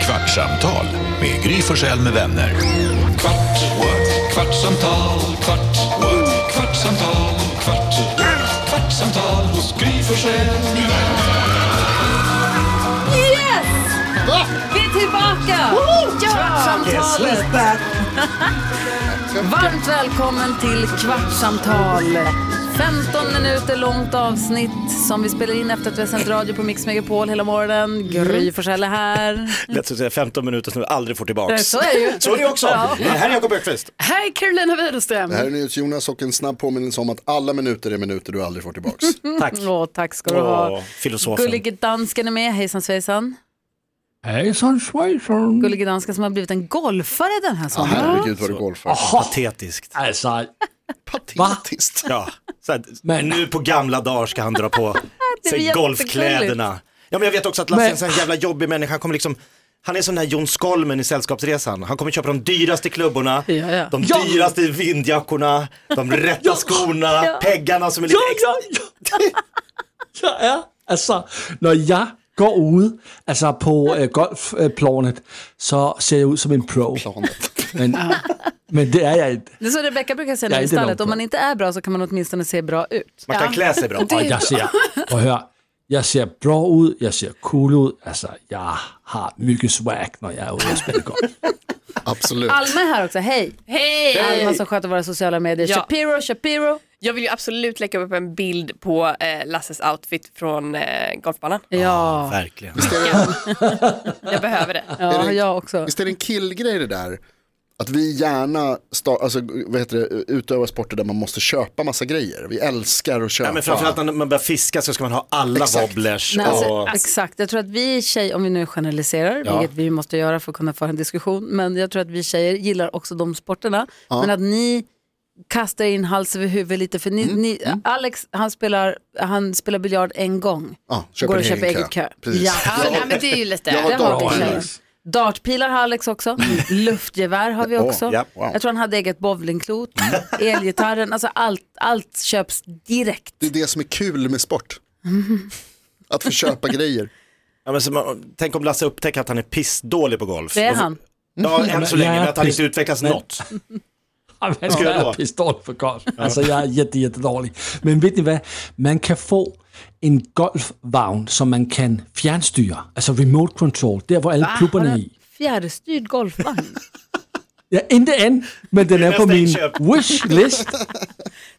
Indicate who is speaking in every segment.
Speaker 1: Kvartsamtal med Gry Forssell med vänner. Kvart, what? kvartsamtal, kvart, what? kvartsamtal, kvart, what? kvartsamtal, Gry Forssell med vänner.
Speaker 2: Yes! Vi är tillbaka! Kvartsamtalet! Varmt välkommen till Kvartsamtal. 15 minuter långt avsnitt som vi spelar in efter att vi har sänt radio på Mix Megapol hela morgonen. Gry Forssell är här.
Speaker 3: Lätt att säga 15 minuter som du aldrig får tillbaks.
Speaker 2: Så är det ju.
Speaker 3: Så är det också.
Speaker 2: Ja.
Speaker 3: Det här är Jakob Öqvist.
Speaker 4: Hej Carolina Widerström!
Speaker 5: Det här är NyhetsJonas och en snabb påminnelse om att alla minuter är minuter du aldrig får tillbaks.
Speaker 3: Tack.
Speaker 2: Åh, tack ska du ha.
Speaker 3: Åh, filosofen.
Speaker 2: Gullige dansken är med. Hejsan svejsan.
Speaker 6: Hejsan svejsan!
Speaker 2: Gullige dansken som har blivit en golfare den här sommaren.
Speaker 5: Herregud vad du golfar.
Speaker 3: Patetiskt.
Speaker 6: Alltså,
Speaker 5: Patetiskt.
Speaker 3: Ja. Så här,
Speaker 6: Men-
Speaker 3: Nu på gamla dagar ska han dra på
Speaker 2: är
Speaker 3: sig
Speaker 2: jättegulligt.
Speaker 3: golfkläderna. Ja, men jag vet också att Lasse är en
Speaker 6: Men-
Speaker 3: sån här jävla jobbig människa. Han kommer liksom han är som den här Jon Skolmen i Sällskapsresan. Han kommer köpa de dyraste klubborna,
Speaker 2: ja.
Speaker 3: de
Speaker 6: Ja.
Speaker 3: dyraste vindjackorna, de rätta skorna, peggarna som är lite
Speaker 6: jag,
Speaker 3: extra.
Speaker 6: jag, jag, jag är, alltså, när jag går ut alltså, på äh, golfplanet så ser jag ut som en pro. Men, men det är jag inte.
Speaker 2: Det är så Rebecka brukar säga
Speaker 6: Jag
Speaker 2: när
Speaker 6: är
Speaker 2: i
Speaker 6: inte
Speaker 2: stallet.
Speaker 6: långt
Speaker 2: Om man inte är bra så kan man åtminstone se bra ut.
Speaker 3: Man kan klä sig bra.
Speaker 6: Och jag ser, och hör, jag ser bra ut, jag ser cool ut, alltså jag har mycket swag när jag är ute och spelar golf.
Speaker 5: Absolut.
Speaker 2: Alma är här också, hej!
Speaker 7: Hej!
Speaker 2: Alma som sköter våra sociala medier.
Speaker 7: Ja.
Speaker 2: Shapiro, Shapiro.
Speaker 7: Jag vill ju absolut lägga upp en bild på eh, Lasses outfit från eh, golfbanan.
Speaker 2: Ja,
Speaker 3: Verkligen.
Speaker 7: Jag behöver det.
Speaker 2: ja
Speaker 5: det-
Speaker 2: jag också.
Speaker 5: Visst är det en killgrej det där? Att vi gärna sta- alltså, vad heter det, utövar sporter där man måste köpa massa grejer. Vi älskar att köpa.
Speaker 3: Ja, men framförallt när man börjar fiska så ska man ha alla
Speaker 5: Exakt.
Speaker 3: wobblers.
Speaker 2: Nej, alltså,
Speaker 3: och...
Speaker 2: Exakt, jag tror att vi tjejer, om vi nu generaliserar, vilket vi måste göra för att kunna föra en diskussion, men jag tror att vi tjejer gillar också de sporterna, men att ni kastar in hals över huvud lite, för ni, ni, Alex han spelar, han spelar biljard en gång,
Speaker 5: Ja, köper
Speaker 2: går och
Speaker 5: en
Speaker 2: köper
Speaker 5: egen
Speaker 2: eget kö.
Speaker 5: kö. Precis.
Speaker 2: Ja,
Speaker 5: Ja,
Speaker 2: absolut.
Speaker 5: nej, men
Speaker 2: det är ju lite...
Speaker 5: Jag har dartpilar.
Speaker 2: Dartpilar har Alex också, luftgevär har vi också.
Speaker 3: ja, wow. Mm.
Speaker 2: Jag tror han hade eget bowlingklot, elgitarren, alltså allt, allt köps direkt.
Speaker 5: Det är det som är kul med sport. Att få köpa grejer.
Speaker 3: Ja, men så man, tänk om Lasse upptäcker att han är pissdålig på golf.
Speaker 2: Det är
Speaker 3: Och så-
Speaker 2: han.
Speaker 3: Ja, än så länge,
Speaker 6: Men jag är
Speaker 3: men att han
Speaker 6: piss-
Speaker 3: inte utvecklas
Speaker 6: men-
Speaker 3: något.
Speaker 6: Jamen,
Speaker 3: ska
Speaker 6: jag
Speaker 3: jag
Speaker 6: är
Speaker 3: då?
Speaker 6: pistol för golf. Alltså, jag är jätte, jätte dålig. Men vet ni vad? Man kan få en golfvagn som man kan fjernstyre. Alltså remote control, där var alla klubbarna är i.
Speaker 2: Ah, Fjärrstyrd golfvagn.
Speaker 6: Ja, inte än, men den är på
Speaker 3: nästa
Speaker 6: min
Speaker 3: inköp.
Speaker 6: wishlist.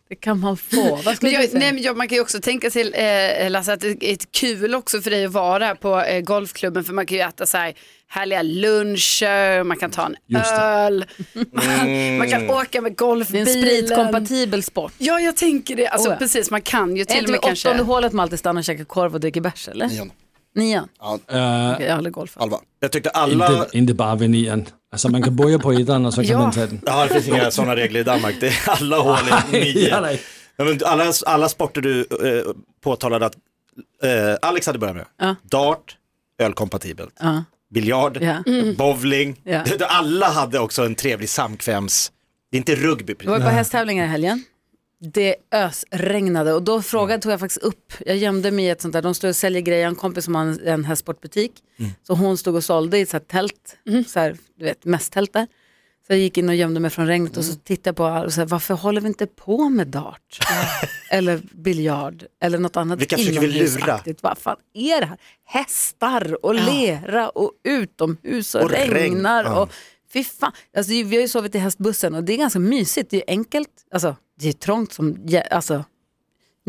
Speaker 2: Det kan man få. Vad ska
Speaker 4: Men
Speaker 2: jag,
Speaker 4: jag, nej, men jag, man kan ju också tänka till eh, Lasse att det är ett kul också för dig att vara på eh, golfklubben för man kan ju äta så här härliga luncher, man kan ta en
Speaker 6: Just det.
Speaker 4: öl,
Speaker 5: Mm.
Speaker 4: man, man kan åka med
Speaker 2: det är
Speaker 4: golfbilen.
Speaker 2: en spritkompatibel sport.
Speaker 4: Ja, jag tänker det. Alltså
Speaker 2: Oh, ja.
Speaker 4: precis, man kan ju
Speaker 2: Är
Speaker 4: till och
Speaker 2: inte det
Speaker 4: med
Speaker 2: åttonde
Speaker 4: kanske.
Speaker 2: hålet man alltid stannar och käkar korv och dricker bärs eller?
Speaker 5: Igen.
Speaker 2: Nian?
Speaker 6: Eh,
Speaker 2: Okej, Jag håller golf.
Speaker 5: Alva.
Speaker 3: Jag tyckte alla,
Speaker 6: inte, inte bara vid nian. Alltså man kan börja på ettan och så kan
Speaker 4: Ja.
Speaker 6: man ta den.
Speaker 3: ja, det finns inga sådana regler i Danmark, det är alla hål är nio.
Speaker 6: Ja, nej.
Speaker 3: Ja, men alla, alla sporter du eh, påtalade att eh, Alex hade börjat med, dart, ölkompatibelt,
Speaker 2: Ja.
Speaker 3: biljard,
Speaker 2: Ja.
Speaker 3: bowling,
Speaker 2: Ja.
Speaker 3: alla hade också en trevlig samkväms, det är inte rugby
Speaker 2: Jag var
Speaker 3: precis.
Speaker 2: på hästtävlingar i helgen. Det ösregnade och då frågade, tog jag faktiskt upp, jag gömde mig i ett sånt där, de står och säljer grejer, Jag har en kompis som har en, en hästsportbutik.
Speaker 3: Mm.
Speaker 2: Så hon stod och sålde i ett så här tält, så här, du vet, mästtält där. Så jag gick in och gömde mig från regnet och så tittade jag på, och så här, varför håller vi inte på med dart? eller biljard, eller något annat
Speaker 3: Vilka försöker vi lura?
Speaker 2: inomhusaktigt. Vad fan är det här? Hästar och lera och utomhus och,
Speaker 3: Och regn.
Speaker 2: regnar.
Speaker 3: Ja.
Speaker 2: Och, Fy fan. Alltså, vi har ju sovit i hästbussen och det är ganska mysigt. Det är ju enkelt. Alltså, det är trångt som... jä- Alltså,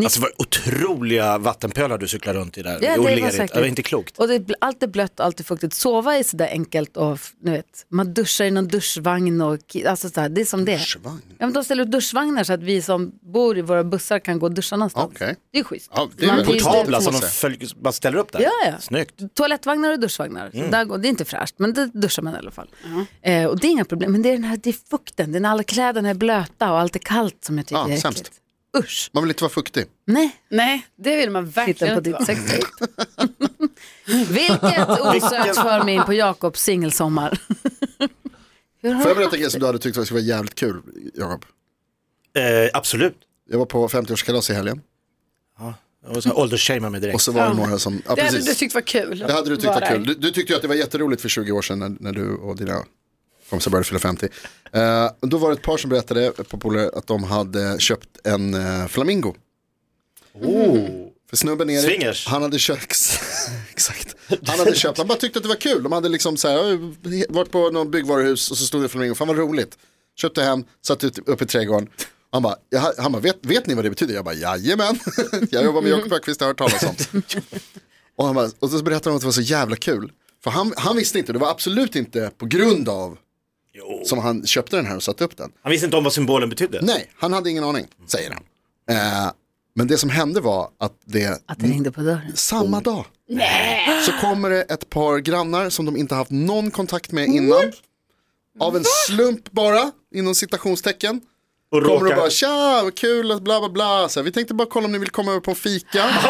Speaker 3: Alltså vad otroliga vattenpölar du cyklar runt i där,
Speaker 2: Ja, det
Speaker 3: och
Speaker 2: var
Speaker 3: lerigt.
Speaker 2: säkert.
Speaker 3: Ja, det är inte klokt.
Speaker 2: och det är, bl- allt är blött och allt är fuktigt. Sova är sådär enkelt och f- ni vet, man duschar i någon duschvagn och ki- alltså, sådär, det är som det är.
Speaker 5: Duschvagn?
Speaker 2: Ja, men de ställer ut duschvagnar så att vi som bor i våra bussar kan gå och duscha någonstans.
Speaker 5: Okej.
Speaker 2: Det är schysst.
Speaker 5: Ja, det är
Speaker 2: Man
Speaker 5: väl
Speaker 2: trivs där
Speaker 3: Portabla
Speaker 2: på
Speaker 3: som
Speaker 2: något
Speaker 3: de
Speaker 2: sätt.
Speaker 3: följer, bara ställer upp där.
Speaker 2: Ja, ja.
Speaker 3: Snyggt.
Speaker 2: Toalettvagnar och duschvagnar.
Speaker 5: Mm.
Speaker 2: Så där går, det är inte fräscht, men det duschar man i alla fall. Eh, och det är inga problem, men det är, den här, det är fukten, det är när alla kläderna är blöta och allt är kallt som jag tycker
Speaker 5: Ja,
Speaker 2: är
Speaker 5: sämst.
Speaker 2: äckligt. Usch,
Speaker 5: Man vill inte vara fuktig.
Speaker 2: nej.
Speaker 4: Nej, det vill man
Speaker 2: Titta
Speaker 4: verkligen
Speaker 2: på
Speaker 4: inte vara.
Speaker 2: ditt sextape. Vilket osökt för mig in på Jakobs
Speaker 5: Mm.
Speaker 2: singelsommar. Hur
Speaker 5: Får
Speaker 2: har
Speaker 5: jag
Speaker 2: du
Speaker 5: berätta en grej som du hade tyckt skulle vara jävligt kul, Jakob?
Speaker 3: Eh, absolut.
Speaker 5: Jag var på 50-årskalas i helgen.
Speaker 3: Och så åldersshamear mig direkt.
Speaker 5: Och så var det några som, ja
Speaker 4: Det hade
Speaker 5: precis.
Speaker 4: du tyckt var kul.
Speaker 5: Det hade du tyckt
Speaker 4: Vara
Speaker 5: var
Speaker 4: där.
Speaker 5: kul. Du, du tyckte ju att det var jätteroligt för 20 år sedan när, när du och dina kompisar började fylla 50. Eh, då var det ett par som berättade, ett par polare, att de hade köpt en eh, flamingo.
Speaker 3: Oh.
Speaker 5: För snubben Erik,
Speaker 3: Swingers.
Speaker 5: han hade köpt, exakt. Han hade köpt, han bara tyckte att det var kul. De hade liksom så här, eh, varit på någon byggvaruhus och så stod det en flamingo, fan vad roligt. Köpte hem, satt ut, upp i trädgården. Han bara, "Jaha," han bara vet, vet ni vad det betyder? Jag bara, jajamän. Jag jobbar med Jakob Öqvist, jag har hört talas om. Och, han bara, och så berättade han att det var så jävla kul. För han, han visste inte, det var absolut inte på grund av som han köpte den här och satte upp den.
Speaker 3: Han visste inte om vad symbolen betydde.
Speaker 5: Nej, han hade ingen aning, säger han. Eh, men det som hände var att det,
Speaker 2: Att det ringde på dörren.
Speaker 5: samma dag, så kommer det ett par grannar som de inte haft någon kontakt med innan. Av en slump bara, inom citationstecken.
Speaker 3: Och
Speaker 5: Kommer och
Speaker 3: råkar-
Speaker 5: bara tja, vad kul, att bla bla bla. Så här, vi tänkte bara kolla om ni vill komma över på en fika.
Speaker 3: Oh,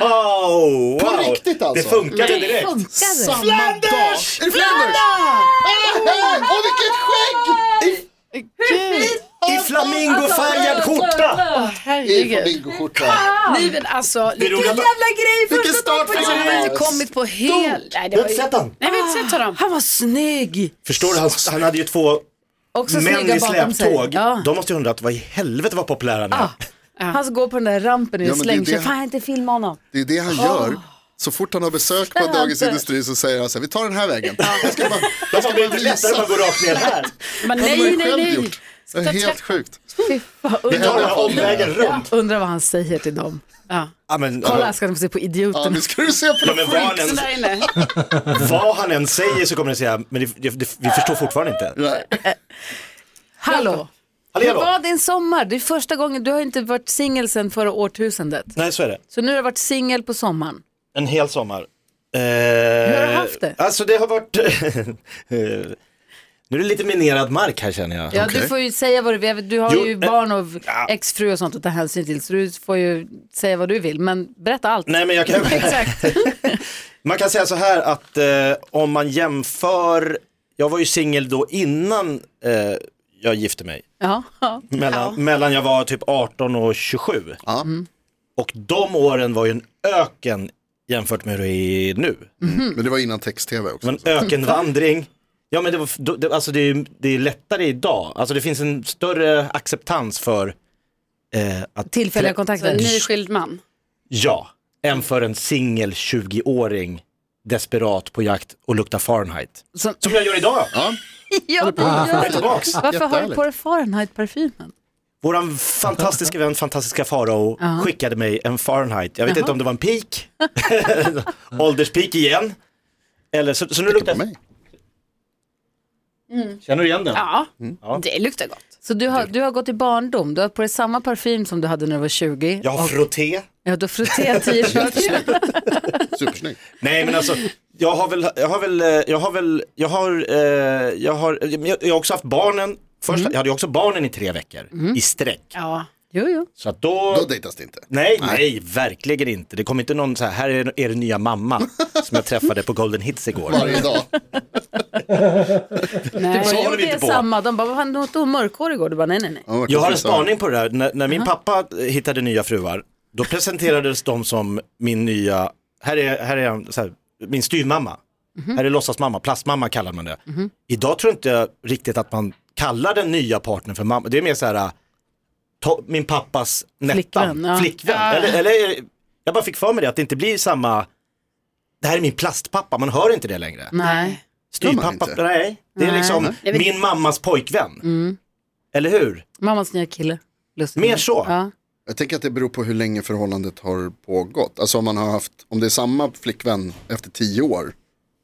Speaker 3: wow.
Speaker 5: På riktigt alltså.
Speaker 3: Det funkade direkt.
Speaker 2: Funkar det?
Speaker 5: Samma dag. Är det Flanders? Åh vilket skägg!
Speaker 3: I flamingofärgad skjorta.
Speaker 5: I
Speaker 4: Herregud.
Speaker 5: flamingoskjorta.
Speaker 4: Nej men alltså, vilken
Speaker 3: roliga-
Speaker 4: jävla grej!
Speaker 5: Vilken
Speaker 4: Första
Speaker 5: start
Speaker 4: dagen på
Speaker 5: för
Speaker 4: jobbet. Jag har
Speaker 5: Jonas.
Speaker 4: inte kommit på hel... Nej, det var ju...
Speaker 3: han.
Speaker 4: Nej, vi har inte sett honom.
Speaker 2: Han var snygg!
Speaker 3: Förstår du, han, Alltså. han hade ju två
Speaker 2: Också
Speaker 3: män
Speaker 2: snygga
Speaker 3: i
Speaker 2: bakom sig.
Speaker 3: släptåg.
Speaker 2: Ja. Ah.
Speaker 3: De måste ju undrat vad i helvete var populär han är.
Speaker 2: Han ska gå på den där rampen nu
Speaker 5: Ja,
Speaker 2: och
Speaker 5: men det är
Speaker 2: slänger sig.
Speaker 5: det-
Speaker 2: Fan jag har inte filmat honom.
Speaker 5: Det är det han gör. Så fort han har besök på
Speaker 2: Där
Speaker 5: Dagens
Speaker 2: hade-
Speaker 5: Industri så säger han så här, vi tar den här vägen. Jag ska bara, jag
Speaker 3: Det
Speaker 5: ska
Speaker 3: var
Speaker 5: bara
Speaker 3: inte lättare om
Speaker 5: visa.
Speaker 3: man går rakt ner här.
Speaker 4: Men
Speaker 5: Det har
Speaker 4: nej,
Speaker 5: man ju
Speaker 4: nej,
Speaker 5: själv
Speaker 4: nej.
Speaker 5: gjort. Det är helt sjukt.
Speaker 2: Fy fan,
Speaker 5: Det
Speaker 3: Ta den här
Speaker 5: händer.
Speaker 3: omvägen runt.
Speaker 2: Undrar vad han säger till dem. Ja.
Speaker 3: Ja, men,
Speaker 2: Kolla, ska de få se på
Speaker 5: Ja,
Speaker 2: idioterna.
Speaker 5: nu ska du se på
Speaker 3: ja,
Speaker 5: det.
Speaker 3: men vad, han
Speaker 4: Så
Speaker 3: än,
Speaker 4: där inne.
Speaker 3: vad han än säger så kommer den säga, men det, det, det, vi förstår fortfarande inte.
Speaker 5: Nej.
Speaker 2: Hallå! Hur
Speaker 3: Hallå?
Speaker 2: var din sommar? Det är första gången, du har inte varit singel sedan förra årtusendet.
Speaker 3: Nej, så är det.
Speaker 2: Så nu har du varit singel på sommaren.
Speaker 3: En hel sommar.
Speaker 2: Hur har du
Speaker 3: Eh,
Speaker 2: haft det?
Speaker 3: Alltså det har varit... eh, nu är det lite minerad mark här känner jag.
Speaker 2: Ja, du
Speaker 5: Okej.
Speaker 2: får ju säga vad du vill. Du har
Speaker 3: Jo,
Speaker 2: ju
Speaker 3: eh,
Speaker 2: barn och
Speaker 3: ja.
Speaker 2: exfru och sånt att ta hänsyn till, så du får ju säga vad du vill. Men berätta allt.
Speaker 3: Nej men jag kan...
Speaker 2: Exakt.
Speaker 3: Man kan säga så här att eh, om man jämför, jag var ju singel då innan eh, jag gifte mig.
Speaker 2: Ja, ja.
Speaker 3: Mellan, mellan jag var typ 18 och 27.
Speaker 5: Ja.
Speaker 3: Och de åren var ju en öken jämfört med hur det är nu.
Speaker 5: Men det var innan text-tv också.
Speaker 3: Det var en ökenvandring. Ja men det, var, då- det, alltså det, är, det är lättare idag, alltså det finns en större acceptans för eh, att
Speaker 2: Tillfälliga
Speaker 3: trä-
Speaker 4: Så en
Speaker 2: kontakter.
Speaker 4: nyskild man.
Speaker 3: Ja, än för en singel 20-åring desperat på jakt och lukta Fahrenheit.
Speaker 2: Som-
Speaker 3: Som jag gör idag.
Speaker 5: Ja.
Speaker 2: Ja, det
Speaker 3: Jag är
Speaker 2: gör det.
Speaker 3: tillbaks.
Speaker 2: Varför har du
Speaker 5: Jätteärligt.
Speaker 2: på dig Fahrenheit-parfymen?
Speaker 3: Våran fantastiska vän, fantastiska Farao skickade mig en Fahrenheit. Jag vet inte om det var en peak, ålderspik igen. Eller så, så nu
Speaker 5: På
Speaker 3: luktar
Speaker 5: mig.
Speaker 3: Känner du igen den?
Speaker 4: Ja, det luktar gott.
Speaker 2: Så du har, du har gått i barndom, du har på dig samma parfym som du hade när du var 20.
Speaker 3: Jag har frotté.
Speaker 2: Ja, du har frotterat t-shirt.
Speaker 5: Supersnygg.
Speaker 3: Nej men alltså, jag har väl, jag har väl, eh, jag har väl, jag har, eh, jag har, jag, jag har också haft barnen, först, jag hade ju också barnen i tre veckor i sträck.
Speaker 4: Ja.
Speaker 2: Jo, jo.
Speaker 3: Så att Mm. då,
Speaker 5: Då dejtas det inte.
Speaker 3: Nej, nej, verkligen inte. Det kom inte någon så här, här är er nya mamma som jag träffade på Golden Hits igår.
Speaker 5: Varje dag.
Speaker 4: Nej.
Speaker 3: Så håller vi
Speaker 2: det är
Speaker 3: inte på.
Speaker 2: samma. De bara, vad fan, du var inte mörkhårig igår. Du bara, nej, nej, nej.
Speaker 5: Ja,
Speaker 3: Jag
Speaker 5: verkligen.
Speaker 3: har en spaning på det där. När, när min pappa hittade nya fruar, då presenterades de som min nya, här är, här är en, så här, min styvmamma. Här är låtsasmamma, plastmamma kallar man det. Idag tror inte jag riktigt att man kallar den nya partnern för mamma. Det är mer så här, äh, to, min pappas nätta,
Speaker 2: Flickvän,
Speaker 3: flickvän.
Speaker 2: ja.
Speaker 5: Ah.
Speaker 3: Eller, eller, jag bara fick för mig det, att det inte blir samma, det här är min plastpappa, man hör inte det längre.
Speaker 2: Nej.
Speaker 5: Gör
Speaker 3: Styvpappa,
Speaker 5: man inte?
Speaker 3: nej. Det är liksom
Speaker 4: men-
Speaker 3: min mammas pojkvän. Eller hur?
Speaker 2: Mammas nya kille. Lustigt.
Speaker 3: Mer så.
Speaker 2: Ja.
Speaker 5: Jag tänker att det beror på hur länge förhållandet har pågått. Alltså om man har haft, om det är samma flickvän efter tio år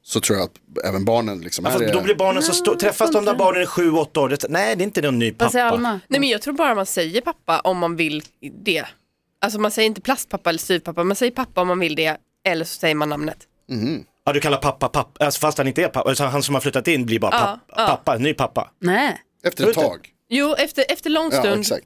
Speaker 5: så tror jag att även barnen liksom
Speaker 3: Ja,
Speaker 5: här
Speaker 3: fast
Speaker 5: är...
Speaker 3: då blir barnen så stora, träffas de där barnen i sju, åtta år, det, nej det är inte någon ny pappa.
Speaker 2: Vad säger Alma?
Speaker 7: Nej men jag tror bara man säger pappa om man vill det. Alltså man säger inte plastpappa eller styvpappa, man säger pappa om man vill det eller så säger man namnet.
Speaker 3: Ja du kallar pappa pappa, alltså, fast han inte är pappa, alltså, han som har flyttat in blir bara pappa,
Speaker 7: ja.
Speaker 3: pappa ny pappa.
Speaker 2: Nej.
Speaker 5: Efter ett
Speaker 3: Tror du
Speaker 5: tag.
Speaker 7: Jo, efter, efter lång
Speaker 5: Ja,
Speaker 7: stund.
Speaker 5: exakt.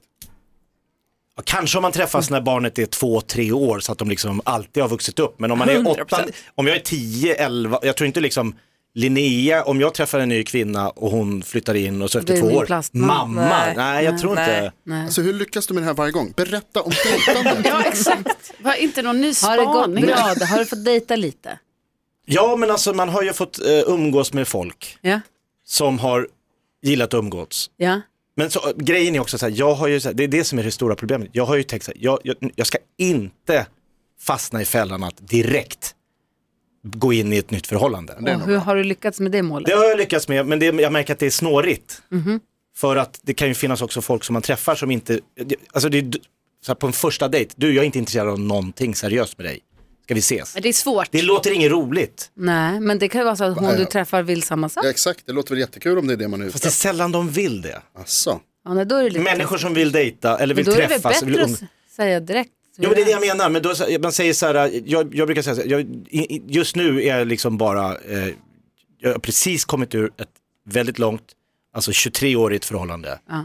Speaker 3: Ja, Kanske om man träffas när barnet är två, tre år så att de liksom alltid har vuxit upp. Men om man är åtta,
Speaker 7: 100%.
Speaker 3: om jag är tio, elva, jag tror inte liksom Linnea, om jag träffar en ny kvinna och hon flyttar in och så efter
Speaker 2: Blir
Speaker 3: två
Speaker 2: ni
Speaker 3: år,
Speaker 2: plastman?
Speaker 3: mamma,
Speaker 7: Nej.
Speaker 3: nej, jag
Speaker 2: Nej.
Speaker 3: tror
Speaker 7: Nej.
Speaker 3: inte.
Speaker 2: Nej.
Speaker 5: Alltså hur lyckas du med det här varje gång? Berätta om dejtandet.
Speaker 4: Ja, exakt. Var inte någon ny
Speaker 2: Har det gått
Speaker 4: spaning.
Speaker 2: bra? då? Har du fått dejta lite?
Speaker 3: Ja men alltså man har ju fått eh, umgås med folk
Speaker 2: Ja,
Speaker 3: som har gillat att umgås.
Speaker 2: ja.
Speaker 3: Men så, grejen är också så här, jag har ju, så här, det är det som är det stora problemet. Jag har ju tänkt så här, jag, jag, jag ska inte fastna i fällan att direkt gå in i ett nytt förhållande.
Speaker 2: Och hur har du lyckats med det målet?
Speaker 3: Det har jag lyckats med, men det, jag märker att det är snårigt.
Speaker 2: Mhm.
Speaker 3: För att det kan ju finnas också folk som man träffar som inte, alltså det är, d- så här, på en första dejt, du jag är inte intresserad av någonting seriöst med dig, ska vi ses?
Speaker 4: Det är svårt.
Speaker 3: Det låter inget roligt,
Speaker 2: Nej, men det kan ju vara så att hon du
Speaker 5: Ja.
Speaker 2: träffar vill samma sak.
Speaker 5: Ja, exakt, det låter väl jättekul om det är det man är
Speaker 3: fast
Speaker 5: ute
Speaker 3: det är
Speaker 5: efter.
Speaker 3: sällan de vill det.
Speaker 5: Alltså.
Speaker 2: Ja, nej, då är det lite
Speaker 3: Människor som vill dejta eller
Speaker 2: Men
Speaker 3: vill
Speaker 2: då är det väl
Speaker 3: träffas. vill
Speaker 2: bättre
Speaker 3: umgås.
Speaker 2: att säga direkt.
Speaker 3: Ja, men det är det jag menar, men då, man säger så här, äh, jag, jag brukar säga så här, jag, i- i- just nu är jag liksom bara, eh, jag har precis kommit ur ett väldigt långt, alltså 23-årigt förhållande.
Speaker 2: Ja.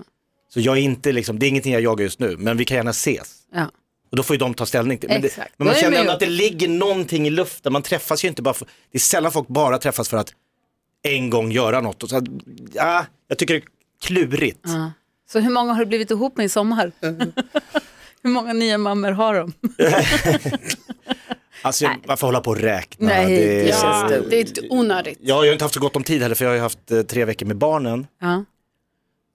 Speaker 3: Så jag är inte liksom, det är ingenting jag jagar just nu, men vi kan gärna ses.
Speaker 2: Ja.
Speaker 3: Och då får ju de ta ställning till. Men, det,
Speaker 2: Exakt.
Speaker 3: men
Speaker 2: Då
Speaker 3: man
Speaker 2: är det
Speaker 3: känner
Speaker 2: med
Speaker 3: ändå
Speaker 2: gjort.
Speaker 3: att det ligger någonting i luften, man träffas ju inte bara för, det är sällan folk bara träffas för att en gång göra något. Och så, här, ja, jag tycker det är klurigt.
Speaker 2: Ja. Så hur många har du blivit ihop med i sommar?
Speaker 3: Mm.
Speaker 2: hur många nya mammor har de?
Speaker 3: Alltså jag, varför hålla på och räkna?
Speaker 2: Nej, det
Speaker 3: är-
Speaker 2: känns
Speaker 4: Ja, det är onödigt.
Speaker 3: Ja, jag har ju inte haft så gott om tid heller för jag har ju haft eh, tre veckor med barnen.
Speaker 2: Ja.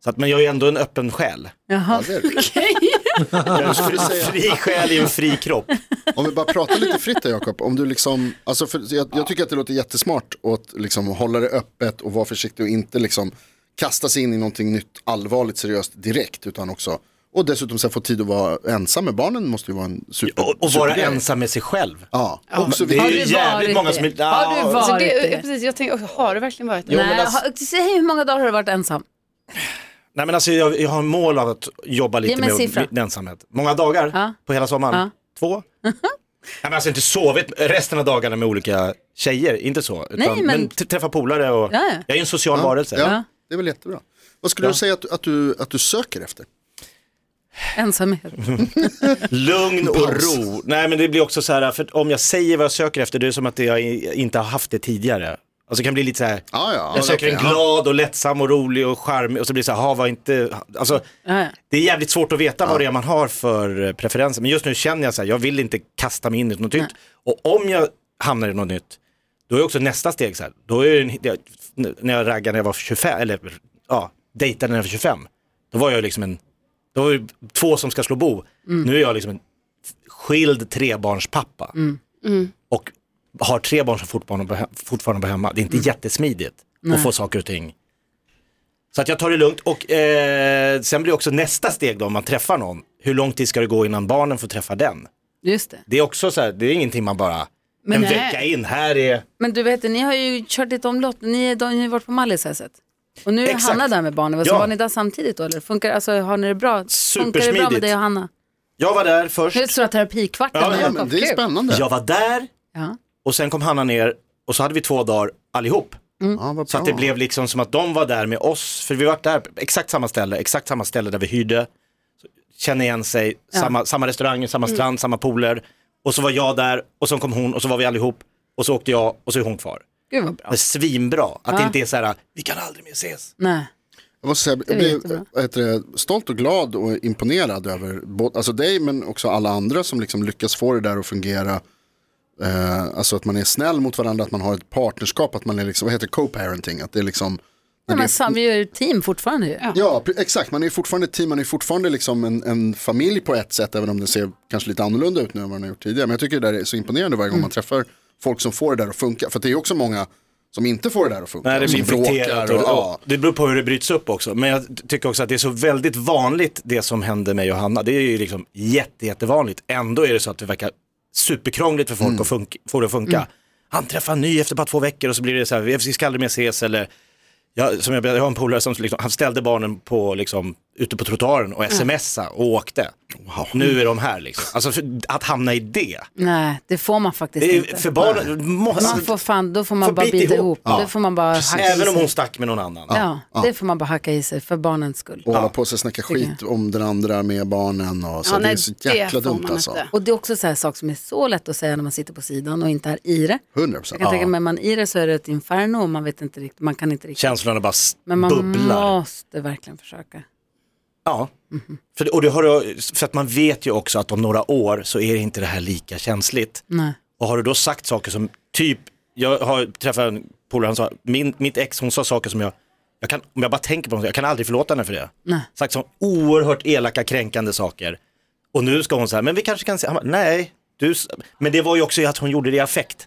Speaker 3: Så att, men jag är ju ändå en öppen själ.
Speaker 2: Jaha.
Speaker 5: Ja, det är det.
Speaker 3: Jag är en fri, fri själ i en fri kropp.
Speaker 5: Om vi bara pratar lite fritt här Jakob, om du liksom, alltså för, jag, jag tycker att det låter jättesmart att liksom hålla det öppet och vara försiktig och inte liksom kasta sig in i någonting nytt allvarligt seriöst direkt utan också och dessutom så här, få tid att vara ensam med barnen måste ju vara en super
Speaker 3: Och, och vara
Speaker 5: supergrej.
Speaker 3: ensam med sig själv.
Speaker 5: Ja, också
Speaker 3: Det
Speaker 5: viktigt.
Speaker 2: Har
Speaker 3: är
Speaker 2: du
Speaker 3: ju jävligt
Speaker 2: varit
Speaker 3: många
Speaker 2: det?
Speaker 3: som... Ja,
Speaker 2: Har du varit
Speaker 4: Alltså det,
Speaker 2: det?
Speaker 4: ja, precis, jag tänkte, också, har det verkligen varit det?
Speaker 3: Jo, men
Speaker 2: Nej,
Speaker 3: alltså-
Speaker 2: har- Säg hur många dagar har du varit ensam?
Speaker 3: Nej men alltså jag, jag har en mål av att jobba
Speaker 2: Ge
Speaker 3: lite
Speaker 2: mig en
Speaker 3: med
Speaker 2: siffra.
Speaker 3: min ensamhet. Många dagar
Speaker 2: Ja.
Speaker 3: på hela sommaren?
Speaker 2: Ja.
Speaker 3: Två? Nej men alltså inte sovit resten av dagarna med olika tjejer, inte så. Utan,
Speaker 2: Nej, men-
Speaker 3: men t- träffa polare och...
Speaker 2: Ja, ja.
Speaker 3: Jag är ju en social varelse.
Speaker 5: ja, det är väl jättebra. Vad skulle du säga att, att, du, att du söker efter?
Speaker 2: Ensamhet.
Speaker 3: Lugn och
Speaker 5: Paus.
Speaker 3: ro. Nej men det blir också så här, för om jag säger vad jag söker efter, det är som att jag i- inte har haft det tidigare. Alltså det kan bli lite så här,
Speaker 5: Ja, ja,
Speaker 3: jag söker
Speaker 5: okej,
Speaker 3: en
Speaker 5: ja.
Speaker 3: glad och lättsam och rolig och charmig och så blir det så här, ha vad inte, alltså
Speaker 2: Ja, ja.
Speaker 3: det är jävligt svårt att veta vad det är man har för eh, preferenser. Men just nu känner jag så här, jag vill inte kasta mig in i något nytt. Och om jag hamnar i något nytt, då är också nästa steg så här, då är det, en- det- när jag raggade när jag var 25, eller ja, dejtade när jag var 25, då var jag liksom en, då var det två som ska slå bo.
Speaker 2: Mm.
Speaker 3: Nu är jag liksom en skild trebarnspappa. Och har tre barn som fortfarande bor he- fortfarande bor hemma. Det är
Speaker 2: Mm.
Speaker 3: inte jättesmidigt att få saker och ting så att jag tar det lugnt och eh, sen blir också nästa steg då om man träffar någon, hur lång tid ska det gå innan barnen får träffa den?
Speaker 2: Just det.
Speaker 3: Det är också så här, det är ingenting man bara,
Speaker 2: Men
Speaker 3: en
Speaker 2: nej.
Speaker 3: vecka in, här är,
Speaker 2: Men du vet, ni har ju kört lite omlopp. Ni, är- de- ni har ju varit på Mallis har jag sett. Och nu är
Speaker 3: Exakt.
Speaker 2: Hanna där med barnen. Alltså,
Speaker 3: Ja.
Speaker 2: Var ni där samtidigt då? Eller? Funkar, alltså, har ni det bra? Funkar det bra med
Speaker 3: Supersmidigt.
Speaker 2: dig och Hanna?
Speaker 3: jag var där först,
Speaker 2: Det är stora terapikvarten.
Speaker 3: Ja,
Speaker 2: med
Speaker 5: Ja,
Speaker 2: Jakob.
Speaker 5: men det är
Speaker 2: Kul.
Speaker 5: spännande.
Speaker 3: jag var där
Speaker 2: Ja.
Speaker 3: och sen kom Hanna ner och så hade vi två dagar allihop.
Speaker 5: Ja, vad
Speaker 3: Så att det
Speaker 5: bra.
Speaker 3: blev liksom som att de var där med oss, för vi var där på exakt samma ställe, exakt samma ställe där vi hyrde. Så Känner igen sig, samma, samma restaurang, samma
Speaker 2: Mm.
Speaker 3: strand, samma pooler. Och så var jag där och så kom hon och så var vi allihop och så åkte jag och så är hon kvar.
Speaker 2: Gud vad bra.
Speaker 3: Det är svinbra. Att det inte är så här, vi kan aldrig mer ses.
Speaker 2: Nej.
Speaker 5: Jag måste säga, jag
Speaker 2: är
Speaker 5: blir
Speaker 2: jättebra.
Speaker 5: vad heter det, stolt och glad och imponerad över både, alltså dig men också alla andra som liksom lyckas få det där att fungera. Eh, alltså att man är snäll mot varandra, att man har ett partnerskap, att man är liksom, vad heter det, co-parenting, att det är liksom
Speaker 2: Nej, men Sam, vi är ju ett team fortfarande ju.
Speaker 5: Ja, pre- exakt. Man är fortfarande ett team, man är fortfarande liksom en, en familj på ett sätt, även om det ser kanske lite annorlunda ut nu än vad den har gjort tidigare. Men jag tycker det där är så imponerande varje gång
Speaker 2: Mm.
Speaker 5: man träffar folk som får det där att funka. För det är också många som inte får det där att funka.
Speaker 3: Nej, det blir
Speaker 5: som
Speaker 3: infekterat och,
Speaker 5: ja.
Speaker 3: och, det beror på hur det bryts upp också. Men jag t- tycker också att det är så väldigt vanligt det som hände mig och Hanna. Det är ju liksom jätte, jättevanligt. Ändå är det så att det verkar superkrångligt för folk att funka, få det att funka. Han träffar en ny efter bara två veckor och så blir det så här, vi ska aldrig mer ses eller jag, som jag, jag har en polare som liksom, han ställde barnen på liksom, ute på trottoaren och smsa och åkte. Nu är de här liksom. Alltså för, att hamna i det.
Speaker 2: Nej, det får man faktiskt
Speaker 3: det är
Speaker 2: inte.
Speaker 3: för barn, måste,
Speaker 2: Man får fan, då får man
Speaker 3: Får
Speaker 2: bara
Speaker 3: bita
Speaker 2: bita
Speaker 3: ihop.
Speaker 2: ihop.
Speaker 3: Ja.
Speaker 2: Det får man bara hacka i
Speaker 3: även om hon
Speaker 2: sig.
Speaker 3: stack med någon annan.
Speaker 2: Ja, det får man bara hacka i sig för barnens skull.
Speaker 5: Och hålla på sig och snacka skit om den andra med barnen och så.
Speaker 4: Ja,
Speaker 5: det är
Speaker 4: nej,
Speaker 5: så
Speaker 4: det
Speaker 5: jäkla
Speaker 4: får
Speaker 5: dumt
Speaker 4: man
Speaker 5: alltså.
Speaker 4: inte.
Speaker 2: Och det är också så här sak som är så lätt att säga när man sitter på sidan och inte är i det.
Speaker 5: 100
Speaker 2: Jag
Speaker 5: procent.
Speaker 2: kan tänka mig, är man i det så är det ett inferno och man vet inte riktigt, man kan inte riktigt.
Speaker 3: Känslorna bara s-
Speaker 2: Men man
Speaker 3: bubblar.
Speaker 2: måste verkligen försöka.
Speaker 3: Ja. För, det- och det har, för att man vet ju också att om några år så är inte det här lika känsligt.
Speaker 2: Nej.
Speaker 3: Och har du då sagt saker som, typ, jag har träffat en polare, han sa, min, mitt ex hon sa saker som jag, jag kan, om jag bara tänker på dem, jag kan aldrig förlåta henne för det.
Speaker 2: Nej.
Speaker 3: Sagt som oerhört elaka, kränkande saker. Och nu ska hon säga, men vi kanske kan se, han bara, nej, du, s-" men det var ju också att hon gjorde det i affekt.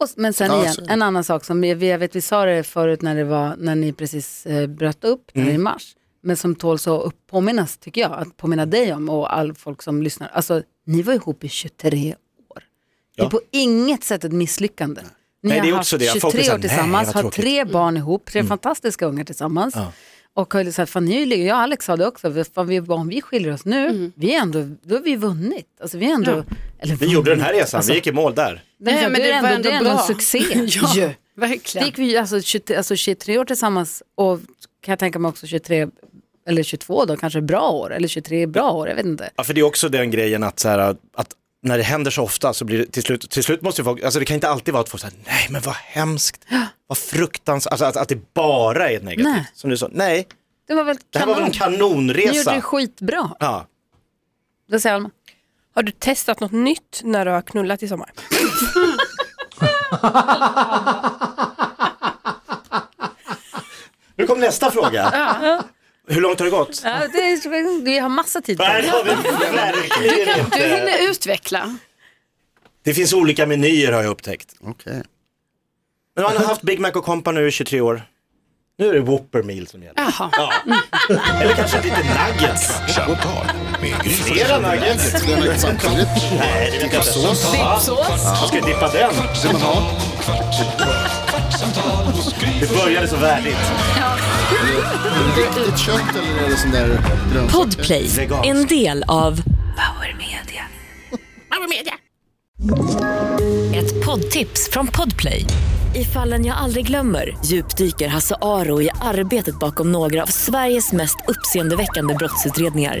Speaker 2: Och, men sen
Speaker 5: Ja,
Speaker 2: igen,
Speaker 5: så-
Speaker 2: en annan sak som vi, jag vet vi sa det förut när, det var, när ni precis eh, bröt upp, när
Speaker 3: Mm.
Speaker 2: i mars, men som tål så upp påminnas tycker jag, att påminna dig om och all folk som lyssnar. Alltså, ni var ihop i 23 år. Det
Speaker 3: Ja.
Speaker 2: är på inget sätt ett misslyckande. Ni
Speaker 3: Nej, det är
Speaker 2: har
Speaker 3: också
Speaker 2: haft
Speaker 3: det. Folk
Speaker 2: 23
Speaker 3: blir så här,
Speaker 2: år
Speaker 3: "Nej,
Speaker 2: tillsammans,
Speaker 3: vad
Speaker 2: har
Speaker 3: tråkigt." Mm.
Speaker 2: tre barn ihop, tre fantastiska ungar tillsammans. Och har ju sagt, fan, ni, är ju ligga- jag och Alex sa det också, vi- fan, vi, om vi skiljer oss nu, vi är ändå, då har vi vunnit. Alltså, vi, är ändå, eller, Alltså,
Speaker 3: Vi gjorde den här resan, vi gick i mål där.
Speaker 2: Nej, men det, Liksom, är ändå, det är ändå en succé.
Speaker 4: ja,
Speaker 2: Ju. Det
Speaker 4: verkligen.
Speaker 2: gick vi alltså 23, alltså 23 år tillsammans och kan jag tänka mig också 23 eller 22 då, kanske bra år, eller 23 bra år, jag vet inte.
Speaker 3: Ja, för det är också den grejen att, så här, att när det händer så ofta så blir det till slut, till slut måste ju folk, alltså det kan inte alltid vara att folk säger nej men vad hemskt, vad fruktansvärt, alltså att, att det bara är negativt.
Speaker 2: Nej.
Speaker 3: Som du sa, nej,
Speaker 2: Det var väl
Speaker 3: det här
Speaker 2: kanon.
Speaker 3: var väl en
Speaker 2: Ni gjorde
Speaker 3: kanonresa.
Speaker 2: det skitbra.
Speaker 3: Ja.
Speaker 2: Vad säger Alma?
Speaker 7: Har du testat något nytt när du har knullat i sommar?
Speaker 3: Nu kom nästa fråga. Hur långt har det gått?
Speaker 2: Ja, det är, vi har massa tid på
Speaker 3: Nej, det
Speaker 2: oss.
Speaker 3: har vi verkligen
Speaker 4: Du
Speaker 3: inte.
Speaker 4: hinner utveckla.
Speaker 3: Det finns olika menyer har jag upptäckt.
Speaker 5: Okej.
Speaker 3: Men han har haft Big Mac och Company nu i 23 år. Nu är det Whopper Meal som gäller.
Speaker 4: Jaha.
Speaker 3: Ja.
Speaker 2: Mm.
Speaker 3: Eller kanske lite nuggets.
Speaker 1: Kvartsamtal med Gry
Speaker 3: Flera
Speaker 1: Forssell med vänner.
Speaker 3: nuggets.
Speaker 5: Det är samtidigt.
Speaker 3: Nej, det vet jag inte. Jag ska dippa den. Det började så värdigt.
Speaker 5: Riktigt kött eller är det sån där grönsaker?
Speaker 8: Podplay,
Speaker 3: Vegansk.
Speaker 8: en del av
Speaker 7: Mamma mia!
Speaker 8: ett poddtips från Podplay. I fallen jag aldrig glömmer djupdyker Hasse Aro i arbetet bakom några av Sveriges mest uppseendeväckande brottsutredningar.